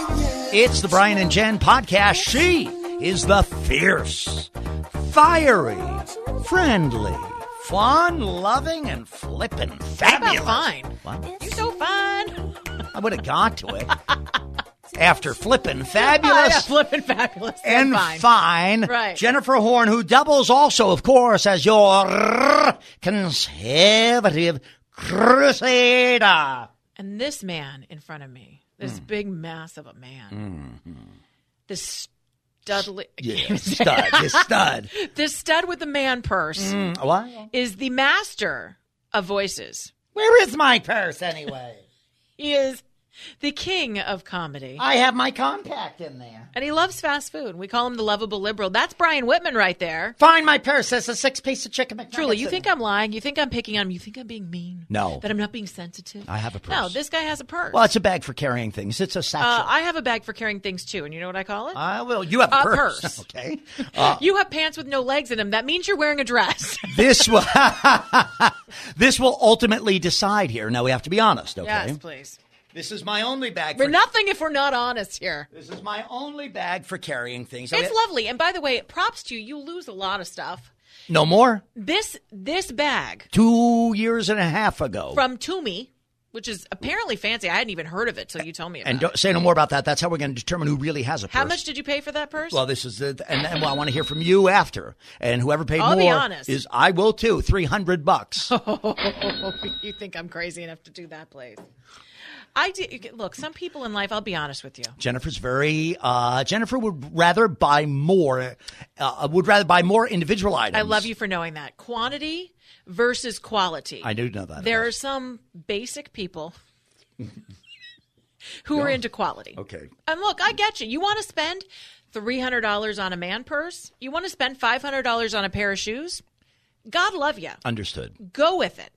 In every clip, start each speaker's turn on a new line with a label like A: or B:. A: It's the Brian and Jen podcast. She is the fierce, fiery, friendly, fun loving, and flippin'
B: About
A: fabulous.
B: fine.
A: What?
B: You so fine.
A: I would have got to it after flippin' fabulous.
B: flipping fabulous. You're
A: and
B: fine.
A: fine.
B: Right.
A: Jennifer Horn, who doubles also, of course, as your conservative crusader.
B: And this man in front of me, this
A: Mm.
B: big mass of a man, this studly,
A: Mm-hmm. Yeah, stud, this stud.
B: this stud with the man purse
A: Mm, What?
B: is the master of voices.
A: Where is my purse anyway?
B: He is the king of comedy.
A: I have my compact in there.
B: and he loves fast food. We call him the lovable liberal. That's Brian Whitman right there.
A: Find my purse. It's a six piece of chicken McNuggets.
B: Truly, you
A: in
B: think
A: there.
B: I'm lying. You think I'm picking on him. You think I'm being mean.
A: No.
B: That I'm not being sensitive.
A: I have a
B: No,
A: purse.
B: this guy has a purse.
A: Well, it's a bag for carrying things. It's a satchel.
B: Uh, I have a bag for carrying things too, and you know what I call it?
A: Ah, well, you have a,
B: a
A: purse.
B: purse.
A: Okay. Uh,
B: you have pants with no legs in them. That means you're wearing a dress.
A: this will this will ultimately decide here. Now we have to be honest, okay?
B: yes, please.
A: This is my only bag.
B: We're
A: for,
B: nothing if we're not honest here.
A: This is my only bag for carrying things. Oh, I
B: It's
A: mean,
B: lovely. And by the way, props to you. You lose a lot of stuff.
A: no more.
B: This this bag
A: Two years and a half ago.
B: from Toomey, which is apparently fancy. I hadn't even heard of it till you told me about
A: and
B: it.
A: don't, say no more about that. That's how we're going to determine who really has a purse.
B: How much did you pay for that purse?
A: Well, this is the, and, and well, I want to hear from you after. And whoever paid
B: I'll be
A: more
B: honest.
A: is I will too. Three hundred bucks.
B: you think I'm crazy enough to do that, please? I did. Look, some people in life. I'll be honest with you.
A: Jennifer's very. Uh, Jennifer would rather buy more. Uh, would rather buy more individual items.
B: I love you for knowing that quantity versus quality.
A: I do know that.
B: There
A: about
B: are some basic people who are into quality.
A: you. Okay.
B: And look, I get you. You want to spend $300 on a man purse? You want to spend $500 on a pair of shoes? God love you.
A: Understood.
B: Go with it.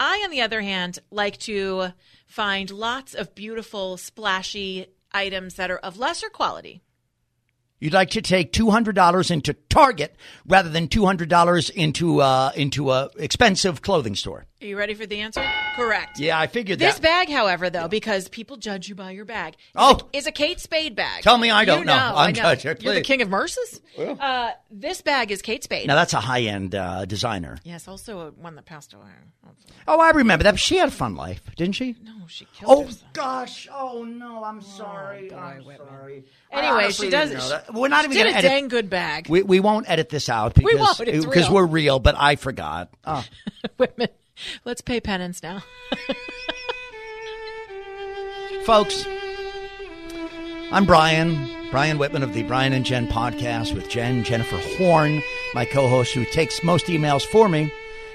B: I, on the other hand, like to find lots of beautiful, splashy items that are of lesser quality.
A: You'd like to take two hundred dollars into Target rather than two hundred dollars into uh, into a expensive clothing store.
B: Are you ready for the answer? Correct.
A: Yeah, I figured
B: This
A: that.
B: bag, however, though, because people judge you by your bag, is,
A: Oh.
B: a, is a Kate Spade bag.
A: Tell me I don't
B: You
A: know. I'm
B: I
A: judge-
B: You're the
A: please.
B: king of mercies. Uh, this bag is Kate Spade.
A: now that's a high end uh, designer.
B: yes, also uh, one that passed away.
A: Oh, I remember that. She had a fun life, didn't she?
B: No, she killed
A: Oh
B: herself.
A: gosh! Oh no! I'm sorry. I'm sorry. I
B: Anyway,
A: honestly
B: she does.
A: didn't know
B: she-
A: that. We're not
B: she
A: even
B: did
A: going to
B: a
A: edit.
B: dang good bag.
A: we, we won't edit this out because
B: won't, it's
A: because
B: real.
A: we're real. But I forgot. Oh.
B: Women, let's pay penance now.
A: Uh, Folks, I'm Brian, Brian Whitman of the Brian and Jen podcast with Jen Jennifer Horn, my co host who takes most emails for me.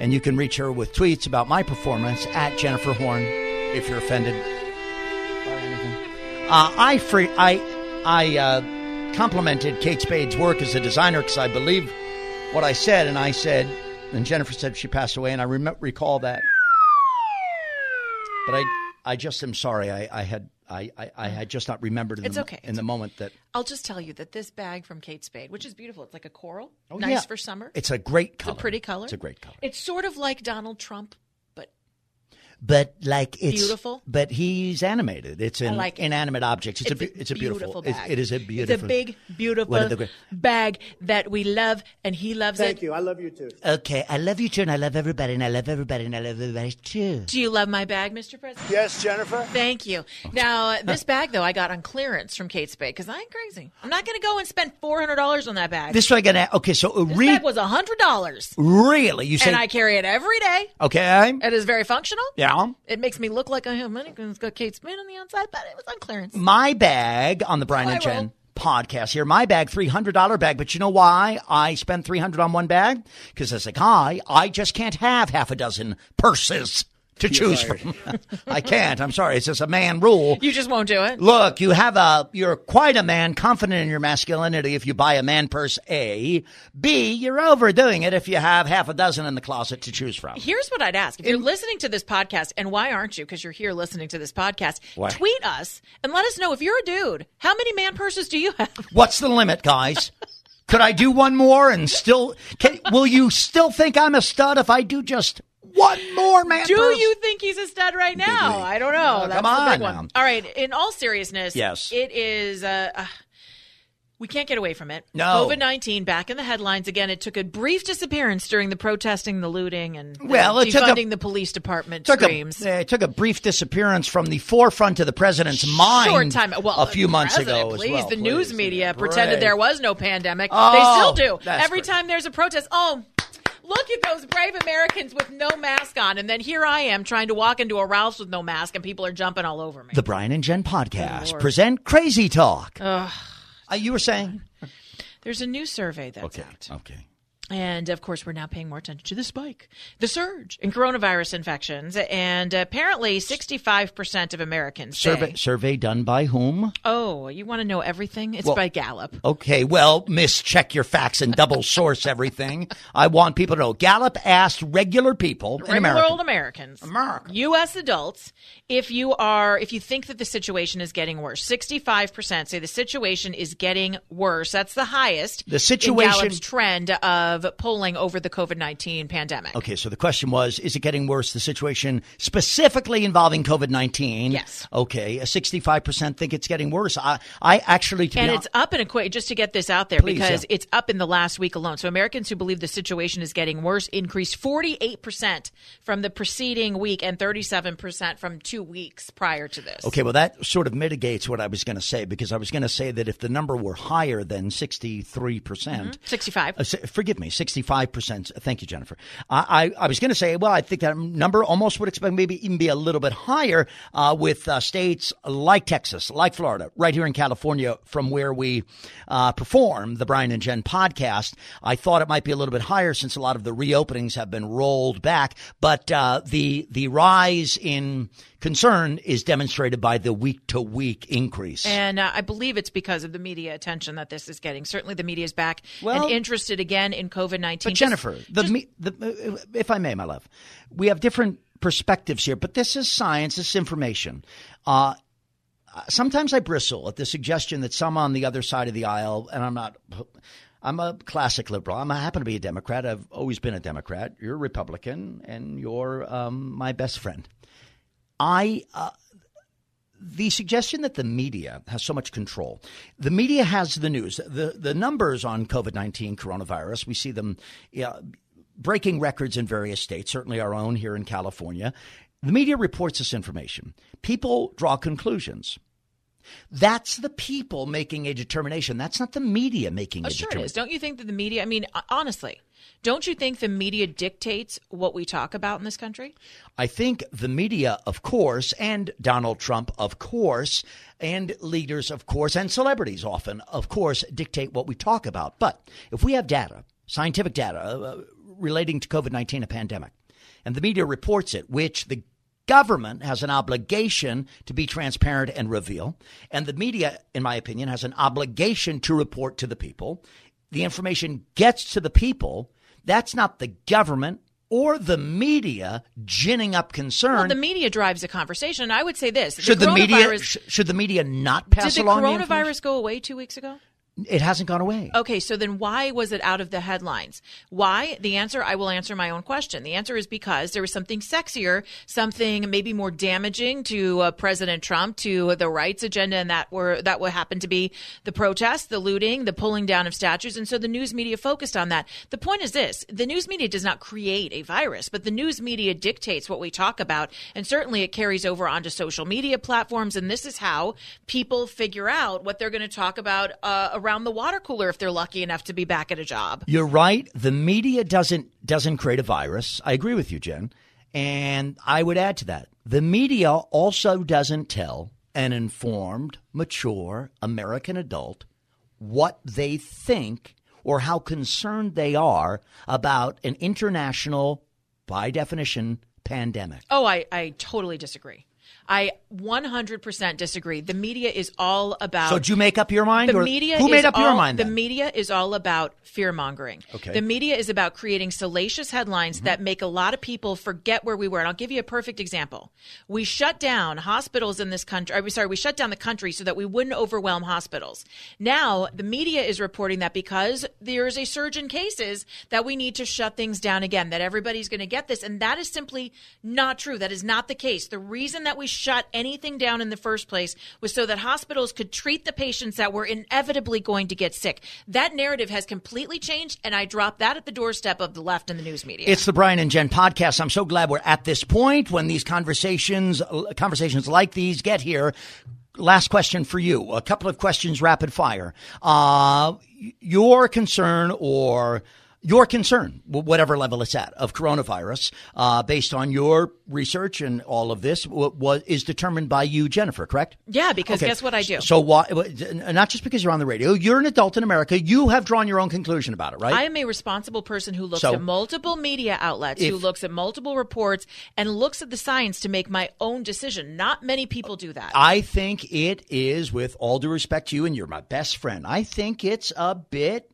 A: And you can reach her with tweets about my performance at Jennifer Horn if you're offended by anything. Uh, I, free, I, I uh, complimented Kate Spade's work as a designer because I believe what I said, and I said, and Jennifer said she passed away, and I remem recall that. But I, I just am sorry. I, I had, I, I, I had just not remembered in,
B: It's
A: the,
B: okay.
A: in
B: It's
A: the moment that
B: I'll just tell you that this bag from Kate Spade, which is beautiful, it's like a coral,
A: Oh,
B: nice
A: yeah.
B: for summer.
A: it's a great color,
B: a pretty color.
A: It's a great color,
B: It's sort of like Donald Trump, but
A: but like it's
B: Beautiful.
A: But he's animated. It's an
B: like it.
A: inanimate object. It's, a,
B: It's
A: bu- it's a beautiful. it's-
B: bag.
A: it is a beautiful.
B: It's a big, beautiful
A: one of the great-
B: bag that we love, and he loves
C: Thank
B: it.
C: you. I love you too.
A: Okay, I love you too, and I love everybody, and I love everybody, and I love everybody too.
B: Do you love my bag, Mr. President?
C: Yes, Jennifer.
B: Thank you. Now, uh, this bag, though, I got on clearance from Kate Spade because I ain't crazy. I'm not going to go and spend $400 on that bag.
A: This way, I gonna okay. So uh,
B: This
A: re-
B: bag was $100,
A: really, you say
B: and I carry it every day.
A: okay?
B: It is very functional.
A: Yeah.
B: It makes me look like I have money because it's got Kate Spade on the outside, but it was on clearance.
A: my bag on the Brian
B: I
A: and Jen
B: roll.
A: podcast here. My bag, three hundred dollar bag. But you know why I spend three hundred on one bag? Because as a guy, I just can't have half a dozen purses to choose from. I can't. I'm sorry. It's just a man rule.
B: You just won't do it.
A: Look, you have a you're quite a man, confident in your masculinity if you buy a man purse A. B, you're overdoing it if you have half a dozen in the closet to choose from.
B: Here's what I'd ask. If you're listening to this podcast, and why aren't you? Because you're here listening to this podcast.
A: Why?
B: Tweet us and let us know if you're a dude, how many man purses do you have?
A: What's the limit, guys? Could I do one more and still? Can, will you still think I'm a stud if I do just one more man.
B: Do
A: purse.
B: you think he's a stud right now?
A: me.
B: I don't know.
A: Oh,
B: That's
A: come
B: the
A: on
B: big one.
A: now.
B: All right. In all seriousness,
A: Yes.
B: it is. Uh, uh, we can't get away from it.
A: No.
B: COVID nineteen back in the headlines again. It took a brief disappearance during the protesting, the looting, and the
A: Well, it took a-
B: defunding the police department
A: Took a,
B: screams.
A: yeah, it took a brief disappearance from the forefront of the president's mind
B: Short time. Well,
A: a few months
B: president,
A: ago. as
B: Please,
A: well.
B: the news
A: Please,
B: media
A: yeah,
B: pretended
A: brave.
B: there was no pandemic.
A: Oh,
B: they still do.
A: that's
B: Every
A: great.
B: time there's a protest, oh. Look at those brave Americans with no mask on, and then here I am trying to walk into a Ralph's with no mask, and people are jumping all over me.
A: The Brian and Jen podcast
B: Lord.
A: present Crazy Talk. Uh, you were saying?
B: There's a new survey that's out.
A: Okay.
B: And of course, we're now paying more attention to the spike, the surge in coronavirus infections. And apparently, 65% of Americans
A: Survey,
B: say,
A: survey done by whom?
B: Oh, you want to know everything? It's by Gallup.
A: Okay, well, miss, check your facts and double source everything. I want people to know. Gallup asked regular people in
B: regular
A: America.
B: old Americans,
A: America.
B: U.S. adults, if you are, if you think that the situation is getting worse, sixty-five percent say the situation is getting worse. That's the highest.
A: The situation-
B: in Gallup's trend of polling over the COVID nineteen pandemic.
A: Okay, so the question was Is it getting worse, the situation specifically involving COVID 19?
B: Yes.
A: Okay, uh, 65% think it's getting worse. I, I actually, to be
B: And
A: hon-
B: it's up in a quick, just to get this out there,
A: Please,
B: because
A: yeah.
B: it's up in the last week alone. So Americans who believe the situation is getting worse increased 48% from the preceding week and 37% from two weeks prior to this.
A: Okay, well, that sort of mitigates what I was going to say because I was going to say that if the number were higher than 63%, percent
B: Mm-hmm. 65.
A: Uh, forgive me, 65%, thank you, Jennifer. I, I, I was going to say, well, I think that number almost would expect maybe even be a little bit higher uh, with uh, states like Texas, like Florida, right here in California, from where we uh, perform the Brian and Jen podcast. I thought it might be a little bit higher since a lot of the reopenings have been rolled back, but uh, the, the rise in concern is demonstrated by the week to week increase.
B: And uh, I believe it's because of the media attention that this is getting. Certainly, the media is back
A: Well-
B: and interested again in COVID nineteen. Oh,
A: But Jennifer, the, me, the uh, if I may, my love, we have different perspectives here, but this is science, this is information. Uh, sometimes I bristle at the suggestion that some on the other side of the aisle, and I'm not. I'm a classic liberal. I'm, I happen to be a Democrat. I've always been a Democrat. You're a Republican, and you're um, my best friend. I uh, the suggestion that the media has so much control. The media has the news. The the numbers on COVID nineteen coronavirus. We see them yeah, breaking records in various states. Certainly our own here in California. The media reports this information. People draw conclusions. That's the people making a determination. That's not the media making a
B: Oh, sure it is.
A: determination.
B: Don't you think that the media? I mean, uh, honestly, don't you think the media dictates what we talk about in this country?
A: I think the media, of course, and Donald Trump, of course, and leaders, of course, and celebrities often, of course, dictate what we talk about. But if we have data, scientific data uh, relating to COVID 19, a pandemic, and the media reports it, which the government has an obligation to be transparent and reveal, and the media, in my opinion, has an obligation to report to the people, the information gets to the people. That's not the government or the media ginning up concern.
B: Well, the media drives the conversation. I would say this:
A: should the, media
B: coronavirus-
A: sh- should the media not pass
B: did the
A: along the information?
B: coronavirus go away two weeks ago?
A: It hasn't gone away.
B: Okay, so then why was it out of the headlines? Why? The answer I will answer my own question. The answer is because there was something sexier, something maybe more damaging to uh, President Trump, to the rights agenda, and that were that would happen to be the protests, the looting, the pulling down of statues, and so the news media focused on that. The point is this: the news media does not create a virus, but the news media dictates what we talk about, and certainly it carries over onto social media platforms. And this is how people figure out what they're going to talk about uh, around the water cooler if they're lucky enough to be back at a job.
A: You're right. The media doesn't doesn't create a virus. I agree with you, Jen. And I would add to that, the media also doesn't tell an informed, mature American adult what they think or how concerned they are about an international, by definition, pandemic.
B: Oh, I, I totally disagree. I 100% disagree. The media is all about.
A: So did you make up your mind?
B: The
A: or
B: media
A: who
B: is
A: made up your
B: all-
A: mind?
B: The
A: then?
B: media is all about fear mongering.
A: Okay.
B: The media is about creating salacious headlines that make a lot of people forget where we were. And I'll give you a perfect example. We shut down hospitals in this country. I'm sorry, we shut down the country so that we wouldn't overwhelm hospitals. Now the media is reporting that because there's a surge in cases that we need to shut things down again, that everybody's going to get this. And that is simply not true. That is not the case. The reason that we shut anything down in the first place was so that hospitals could treat the patients that were inevitably going to get sick. That narrative has completely changed, and I drop that at the doorstep of the left and the news media.
A: It's the Brian and Jen podcast. I'm so glad we're at this point when these conversations, conversations like these get here. Last question for you. A couple of questions, rapid fire. Uh, y- your concern or your concern, wh- whatever level it's at, of coronavirus, uh, based on your research and all of this, what is determined by you, Jennifer, correct?
B: yeah, because guess what I do?
A: So why? Not just because you're on the radio. You're an adult in America. You have drawn your own conclusion about it, right?
B: I am a responsible person who looks
A: So-
B: at multiple media outlets, who
A: If-
B: looks at multiple reports, and looks at the science to make my own decision. Not many people do that.
A: I think it is, with all due respect to you, and you're my best friend, I think it's a bit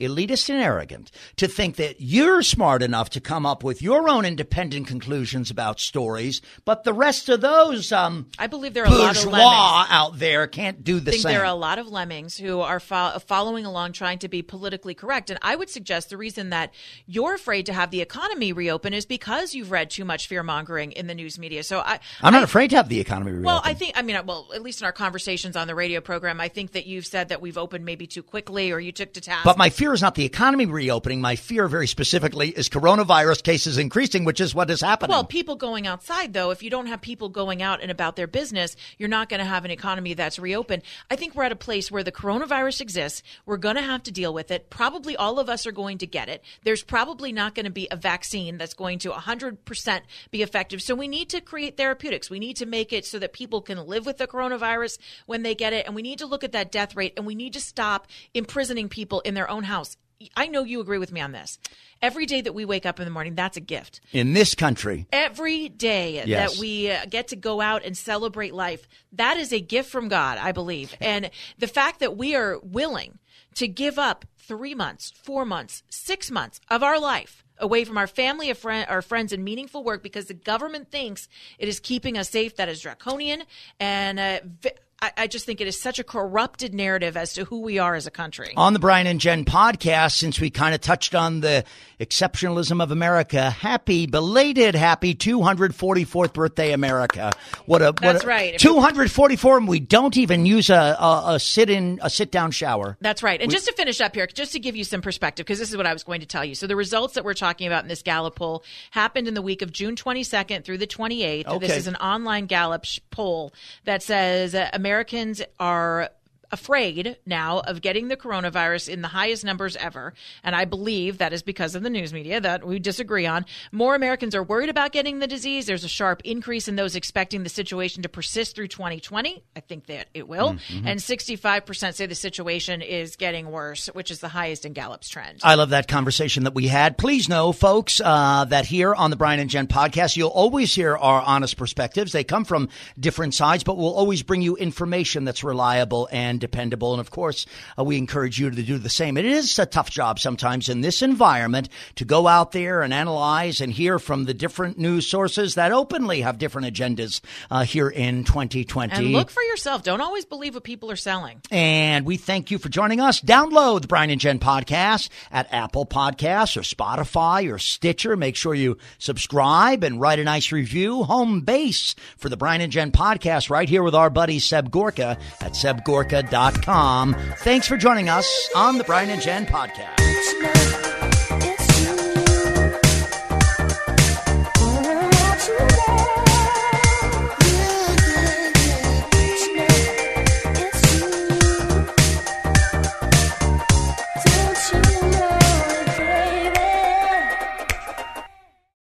A: elitist and arrogant to think that you're smart enough to come up with your own independent conclusions about stories, but the rest of those um,
B: I believe there are a lot of lemons.
A: bourgeois out there can't do the
B: think
A: same.
B: there are a lot of lemmings who are fo- following along trying to be politically correct. And I would suggest the reason that you're afraid to have the economy reopen is because you've read too much fear mongering in the news media. So I,
A: I'm not afraid to have the economy reopen.
B: well, I think I mean, well, at least in our conversations on the radio program, I think that you've said that we've opened maybe too quickly, or you took to task.
A: But my fear is not the economy reopening. My fear, very specifically, is coronavirus cases increasing, which is what is happening.
B: well, people going outside though, if you don't have people going out and about their business, you're not going to have an economy that's reopened. I think we're at a place where the coronavirus exists. We're going to have to deal with it. Probably all of us are going to get it. There's probably not going to be a vaccine that's going to 100% be effective. So we need to create therapeutics. We need to make it so that people can live with the coronavirus when they get it and we need to look at that death rate and we need to stop imprisoning people in their own house. I know you agree with me on this. Every day that we wake up in the morning, that's a gift
A: in this country,
B: every day
A: Yes.
B: that we uh, get to go out and celebrate life that is a gift from god i believe and the fact that we are willing to give up three months four months six months of our life away from our family our, friend, our friends and meaningful work because the government thinks it is keeping us safe that is draconian and uh, vi- I, I just think it is such a corrupted narrative as to who we are as a country
A: on the Brian and Jen podcast, since we kind of touched on the exceptionalism of America, happy, belated, happy 244th birthday, America. What a,
B: That's
A: what a-
B: right.
A: 244, and we don't even use a, a, a sit in, a sit down shower.
B: That's right. And just to finish up here, just to give you some perspective, because this is what I was going to tell you. So the results that we're talking about in this Gallup poll happened in the week of June 22nd through the 28th. This
A: Okay.
B: is an online Gallup sh- poll that says uh, Americans are afraid now of getting the coronavirus in the highest numbers ever and i believe that is because of the news media that we disagree on more americans are worried about getting the disease there's a sharp increase in those expecting the situation to persist through 2020 i think that it will and 65% say the situation is getting worse which is the highest in gallup's trend
A: I love that conversation that we had. Please know, folks, uh, that here on the Brian and Jen podcast, you'll always hear our honest perspectives. They come from different sides, but we'll always bring you information that's reliable and dependable. And of course, uh, we encourage you to do the same. It is a tough job sometimes in this environment to go out there and analyze and hear from the different news sources that openly have different agendas uh, here in 2020.
B: and look for yourself don't always believe what people are selling
A: And we thank you for joining us. Download the Brian and Jen podcast at Apple Podcasts or Spotify or Stitcher. Make sure you subscribe and write a nice review. Home base for the Brian and Jen podcast right here with our buddy Seb Gorka at sebgorka.com. Thanks for joining us on the Brian and Jen podcast.
C: It's not